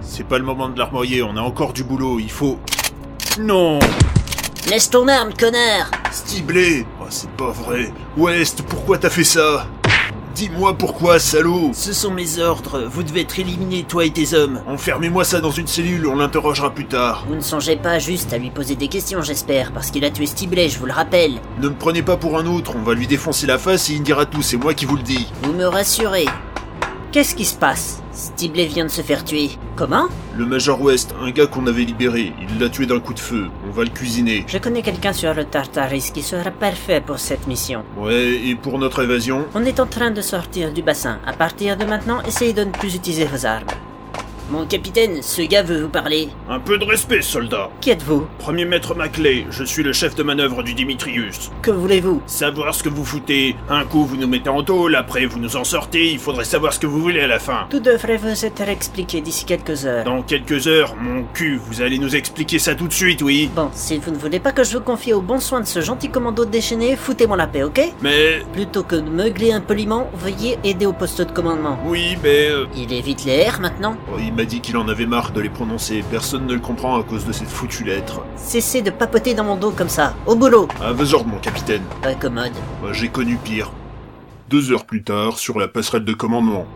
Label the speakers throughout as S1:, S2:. S1: C'est pas le moment de l'armorier, on a encore du boulot, il faut... Non
S2: Laisse ton arme, connard
S1: Stiblé oh, C'est pas vrai West, pourquoi t'as fait ça Dis-moi pourquoi, salaud
S3: Ce sont mes ordres. Vous devez être éliminés, toi et tes hommes.
S1: Enfermez-moi ça dans une cellule, on l'interrogera plus tard.
S2: Vous ne songez pas juste à lui poser des questions, j'espère, parce qu'il a tué Stiblet, je vous le rappelle.
S1: Ne me prenez pas pour un autre, on va lui défoncer la face et il me dira tout, c'est moi qui vous le dis.
S2: Vous me rassurez. Qu'est-ce qui se passe Stiblet vient de se faire tuer. Comment
S1: Le Major West, un gars qu'on avait libéré, il l'a tué d'un coup de feu. On va le cuisiner.
S2: Je connais quelqu'un sur le Tartaris qui sera parfait pour cette mission.
S1: Ouais, et pour notre évasion
S2: On est en train de sortir du bassin. À partir de maintenant, essayez de ne plus utiliser vos armes. Mon capitaine, ce gars veut vous parler.
S1: Un peu de respect, soldat
S2: Qui êtes-vous
S1: Premier maître Maclay, je suis le chef de manœuvre du Dimitrius.
S2: Que voulez-vous
S1: Savoir ce que vous foutez. Un coup, vous nous mettez en tôle, après, vous nous en sortez, il faudrait savoir ce que vous voulez à la fin.
S2: Tout devrait vous être expliqué d'ici quelques heures.
S1: Dans quelques heures, mon cul, vous allez nous expliquer ça tout de suite, oui
S2: Bon, si vous ne voulez pas que je vous confie aux bons soins de ce gentil commando déchaîné, foutez-moi la paix, ok
S1: Mais...
S2: Plutôt que de meugler impoliment, veuillez aider au poste de commandement.
S1: Oui, mais... euh,
S2: Il évite les R maintenant
S1: oh, Il m'a dit qu'il en avait marre de les prononcer, personne ne le comprend à cause de cette foutue lettre.
S2: Cessez de papoter dans mon dos comme ça. Au boulot
S1: À vos ordres, mon capitaine.
S2: Pas commode.
S1: Moi, J'ai connu pire. Deux heures plus tard, sur la passerelle de commandement,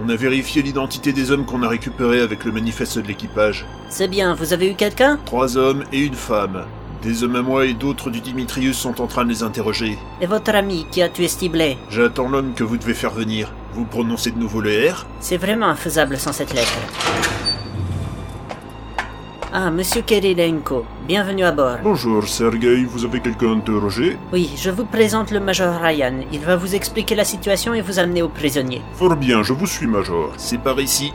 S1: on a vérifié l'identité des hommes qu'on a récupérés avec le manifeste de l'équipage.
S2: C'est bien, vous avez eu quelqu'un
S1: Trois hommes et une femme. Des hommes à moi et d'autres du Dimitrius sont en train de les interroger.
S2: Et votre ami qui a tué Stiblet
S1: J'attends l'homme que vous devez faire venir. Vous prononcez de nouveau le R
S2: C'est vraiment infaisable sans cette lettre. Ah, monsieur Kirilenko, bienvenue à bord.
S1: Bonjour, Sergei, vous avez quelqu'un interrogé
S2: Oui, je vous présente le Major Ryan. Il va vous expliquer la situation et vous amener aux prisonniers.
S1: Fort bien, je vous suis, Major. C'est par ici.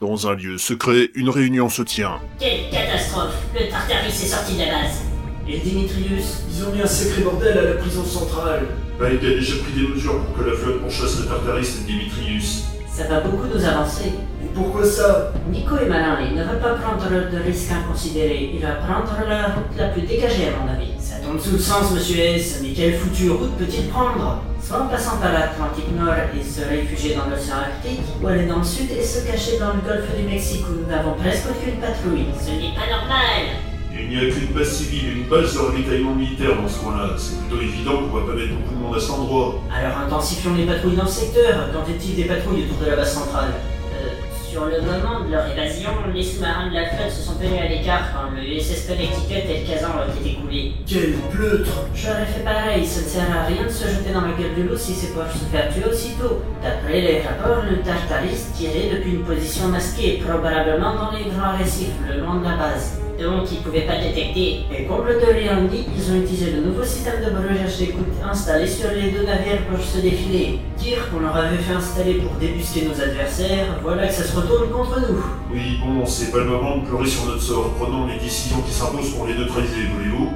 S1: Dans un lieu secret, une réunion se tient.
S4: Quelle catastrophe Le Tartaris est sorti de la base.
S5: Et Dimitrius Ils ont mis un sacré bordel à la prison centrale.
S6: Mike a déjà pris des mesures pour que la flotte pourchasse le Tartaris et Dimitrius.
S4: Ça va beaucoup nous avancer.
S5: Et pourquoi ça
S4: Nico est malin, il ne veut pas prendre de risques inconsidérés. Il va prendre la route la plus dégagée à mon avis. Ça tombe sous le sens, monsieur S, mais quelle foutue route peut-il prendre Soit en passant par l'Atlantique Nord et se réfugier dans l'océan Arctique, ou aller dans le Sud et se cacher dans le golfe du Mexique où nous n'avons presque aucune patrouille.
S2: Ce n'est
S4: Pas normal
S6: Il n'y a qu'une base civile, une base de ravitaillement militaire dans ce coin-là. C'est plutôt évident qu'on va pas mettre beaucoup de monde à cet endroit.
S4: Alors intensifions les patrouilles dans le secteur, quantité des patrouilles autour de la base centrale.
S2: Euh, Sur le moment de leur évasion, les sous-marins de la flotte se sont tenus à l'écart quand le USS Connecticut et le Kazan ont été coulés.
S5: Quel pleutre
S4: J'aurais fait pareil, ça ne sert à rien de se jeter dans la gueule du loup si c'est pour se faire tuer aussitôt. D'après les rapports, le Tartaris tirait depuis une position masquée, probablement dans les grands récifs le long de la base.
S2: Donc ils pouvaient pas détecter.
S4: Et comble de Riandi, ils ont utilisé le nouveau système de brouillage d'écoute installé sur les deux navires pour se défiler. Dire qu'on leur avait fait installer pour débusquer nos adversaires, voilà que ça se retourne contre nous.
S6: Oui, bon, c'est pas le moment de pleurer sur notre sort. Prenons les décisions qui s'imposent pour les neutraliser, voulez-vous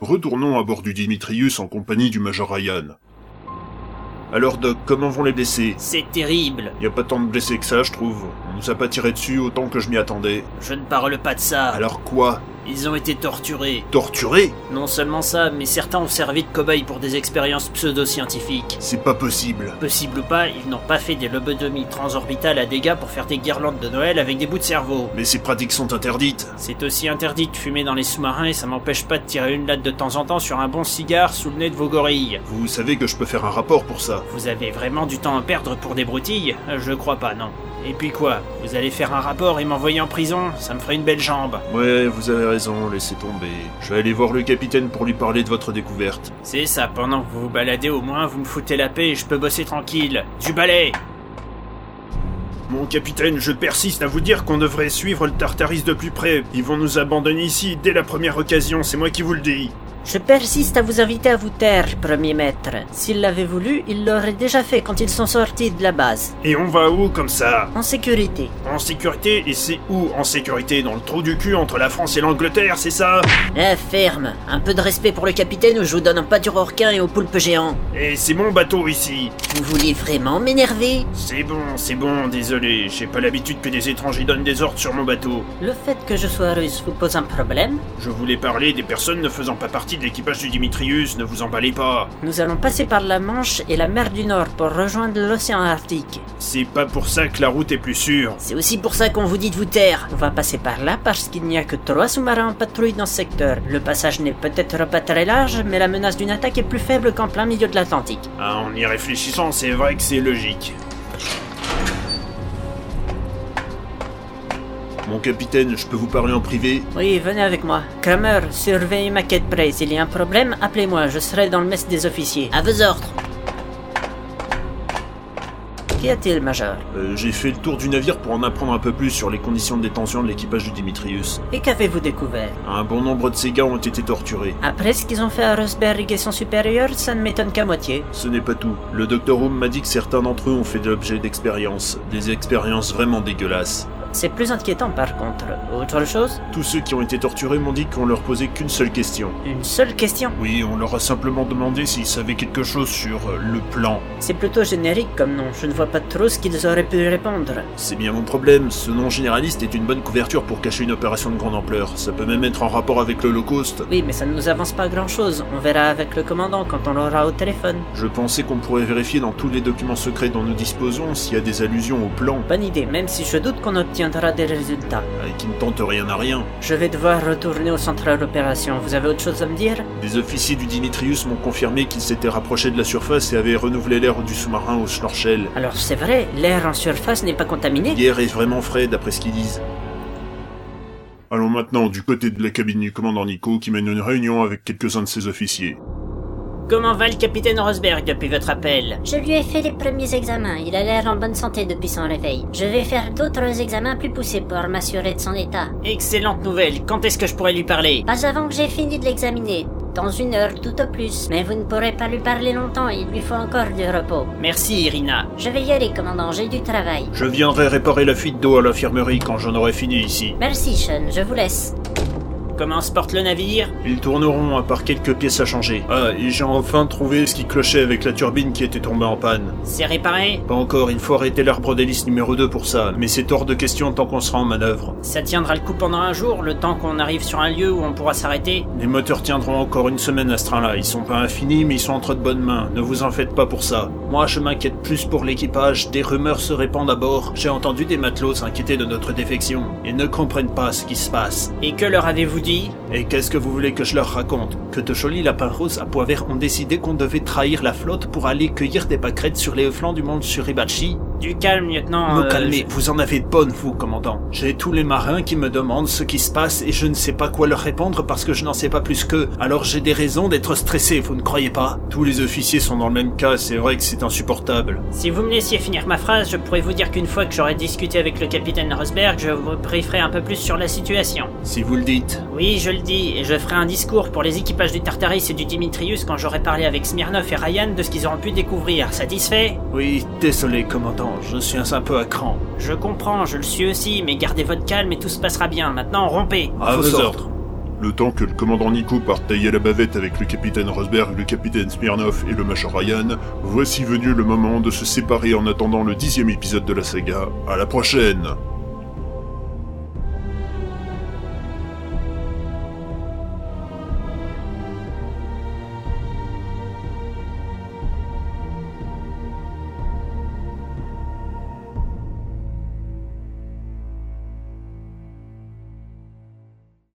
S1: Retournons à bord du Dimitrius en compagnie du Major Ryan. Alors, Doc, comment vont les blessés
S3: C'est terrible.
S1: Y a pas tant de blessés que ça, je trouve. On nous a pas tiré dessus autant que je m'y attendais.
S3: Je ne parle pas de ça.
S1: Alors quoi
S3: Ils ont été torturés.
S1: Torturés
S3: Non seulement ça, mais certains ont servi de cobayes pour des expériences pseudo-scientifiques.
S1: C'est pas possible.
S3: Possible ou pas, ils n'ont pas fait des lobotomies transorbitales à dégâts pour faire des guirlandes de Noël avec des bouts de cerveau.
S1: Mais ces pratiques sont interdites.
S3: C'est aussi interdit de fumer dans les sous-marins et ça m'empêche pas de tirer une latte de temps en temps sur un bon cigare sous le nez de vos gorilles.
S1: Vous savez que je peux faire un rapport pour ça.
S3: Vous avez vraiment du temps à perdre pour des broutilles Je crois pas, non. Et puis quoi Vous allez faire un rapport et m'envoyer en prison Ça me ferait une belle jambe.
S1: Ouais, vous avez raison, laissez tomber. Je vais aller voir le capitaine pour lui parler de votre découverte.
S3: C'est ça, pendant que vous vous baladez au moins, vous me foutez la paix et je peux bosser tranquille. Du balai
S1: Mon capitaine, je persiste à vous dire qu'on devrait suivre le Tartaris de plus près. Ils vont nous abandonner ici dès la première occasion, c'est moi qui vous le dis.
S2: Je persiste à vous inviter à vous taire, premier maître. S'il l'avait voulu, il l'aurait déjà fait quand ils sont sortis de la base.
S1: Et on va où comme ça
S2: En sécurité.
S1: En sécurité, et c'est où en sécurité Dans le trou du cul entre la France et l'Angleterre, c'est ça
S2: Eh, ferme Un peu de respect pour le capitaine ou je vous donne un pâture requin et au poulpe géant.
S1: Et c'est mon bateau ici
S2: Vous voulez vraiment m'énerver
S1: C'est bon, c'est bon, désolé, j'ai pas l'habitude que des étrangers donnent des ordres sur mon bateau.
S2: Le fait que je sois russe vous pose un problème
S1: Je voulais parler des personnes ne faisant pas partie partie de l'équipage du Dimitrius, ne vous emballez pas.
S4: Nous allons passer par la Manche et la mer du Nord pour rejoindre l'océan Arctique.
S1: C'est pas pour ça que la route est plus sûre.
S4: C'est aussi pour ça qu'on vous dit de vous taire. On va passer par là parce qu'il n'y a que trois sous-marins en patrouille dans ce secteur. Le passage n'est peut-être pas très large, mais la menace d'une attaque est plus faible qu'en plein milieu de l'Atlantique.
S1: Ah, en y réfléchissant, c'est vrai que c'est logique. Mon capitaine, je peux vous parler en privé
S4: Oui, venez avec moi. Kramer, surveillez ma quête près. S'il y a un problème, appelez-moi. Je serai dans le mess des officiers. À vos ordres. Qu'y a-t-il, Major
S1: Euh, J'ai fait le tour du navire pour en apprendre un peu plus sur les conditions de détention de l'équipage du Dimitrius.
S4: Et qu'avez-vous découvert
S1: Un bon nombre de ces gars ont été torturés.
S4: Après ce qu'ils ont fait à Rosberg et son supérieur, ça ne m'étonne qu'à moitié.
S1: Ce n'est pas tout. Le Dr Room m'a dit que certains d'entre eux ont fait l'objet d'expériences. Des expériences vraiment dégueulasses.
S4: C'est plus inquiétant par contre. Autre chose
S1: Tous ceux qui ont été torturés m'ont dit qu'on leur posait qu'une seule question.
S4: Une seule question.
S1: Oui, on leur a simplement demandé s'ils savaient quelque chose sur euh, le plan.
S4: C'est plutôt générique comme nom. Je ne vois pas trop ce qu'ils auraient pu répondre.
S1: C'est bien mon problème, ce nom généraliste est une bonne couverture pour cacher une opération de grande ampleur. Ça peut même être en rapport avec l'Holocauste.
S4: Oui, mais ça ne nous avance pas grand-chose. On verra avec le commandant quand on l'aura au téléphone.
S1: Je pensais qu'on pourrait vérifier dans tous les documents secrets dont nous disposons s'il y a des allusions au plan,
S4: Bonne idée, même si je doute qu'on obtiendra des résultats.
S1: et qui ne tente rien à rien.
S4: Je vais devoir retourner au central d'opération. Vous avez autre chose à me dire
S1: Des officiers du Dimitrius m'ont confirmé qu'ils s'étaient rapprochés de la surface et avaient renouvelé l'air du sous-marin au Schnorchel.
S4: Alors c'est vrai, l'air en surface n'est pas contaminé.
S1: L'air est vraiment frais d'après ce qu'ils disent.
S6: Allons maintenant du côté de la cabine du commandant Nico qui mène une réunion avec quelques-uns de ses officiers.
S3: Comment va le capitaine Rosberg depuis votre appel
S7: Je lui ai fait les premiers examens, il a l'air en bonne santé depuis son réveil. Je vais faire d'autres examens plus poussés pour m'assurer de son état.
S3: Excellente nouvelle, quand est-ce que je pourrais lui parler
S7: Pas avant que j'ai fini de l'examiner. Dans une heure tout au plus, mais vous ne pourrez pas lui parler longtemps, il lui faut encore du repos.
S3: Merci Irina.
S7: Je vais y aller, commandant, j'ai du travail.
S1: Je viendrai réparer la fuite d'eau à l'infirmerie quand j'en aurai fini ici.
S7: Merci, Sean, je vous laisse.
S3: Comment se porte le navire
S1: Ils tourneront à part quelques pièces à changer. Ah, et j'ai enfin trouvé ce qui clochait avec la turbine qui était tombée en panne.
S3: C'est réparé
S1: Pas encore, il faut arrêter l'arbre d'hélice numéro 2 pour ça, mais c'est hors de question tant qu'on sera en manœuvre.
S3: Ça tiendra le coup pendant un jour, le temps qu'on arrive sur un lieu où on pourra s'arrêter
S1: Les moteurs tiendront encore une semaine à ce train-là, ils sont pas infinis mais ils sont entre de bonnes mains, ne vous en faites pas pour ça. Moi je m'inquiète plus pour l'équipage, des rumeurs se répandent à bord, j'ai entendu des matelots s'inquiéter de notre défection, ils ne comprennent pas ce qui se passe.
S3: Et que leur avez-vous dit
S1: Et qu'est-ce que vous voulez que je leur raconte Que de jolis lapins roses à pois verts ont décidé qu'on devait trahir la flotte pour aller cueillir des pâquerettes sur les flancs du monde Suribachi
S3: Du calme, lieutenant.
S1: Me
S3: euh,
S1: calmez, vous en avez de bonnes, vous, commandant. J'ai tous les marins qui me demandent ce qui se passe et je ne sais pas quoi leur répondre parce que je n'en sais pas plus qu'eux. Alors j'ai des raisons d'être stressé, vous ne croyez pas Tous les officiers sont dans le même cas, c'est vrai que c'est insupportable.
S3: je- Si vous me laissiez finir ma phrase, je pourrais vous dire qu'une fois que j'aurai discuté avec le capitaine Rosberg, je vous brieferai un peu plus sur la situation.
S1: Si vous le dites.
S3: Oui, je le dis, et je ferai un discours pour les équipages du Tartaris et du Dimitrius quand j'aurai parlé avec Smirnov et Ryan de ce qu'ils auront pu découvrir. Satisfait
S1: Oui, désolé, commandant, je suis un peu à cran.
S3: Je comprends, je le suis aussi, mais gardez votre calme et tout se passera bien. Maintenant, rompez
S1: À vos ordres.
S6: Le temps que le commandant Nico part tailler la bavette avec le capitaine Rosberg, le capitaine Smirnov et le major Ryan, voici venu le moment de se séparer en attendant le dixième épisode de la saga. À la prochaine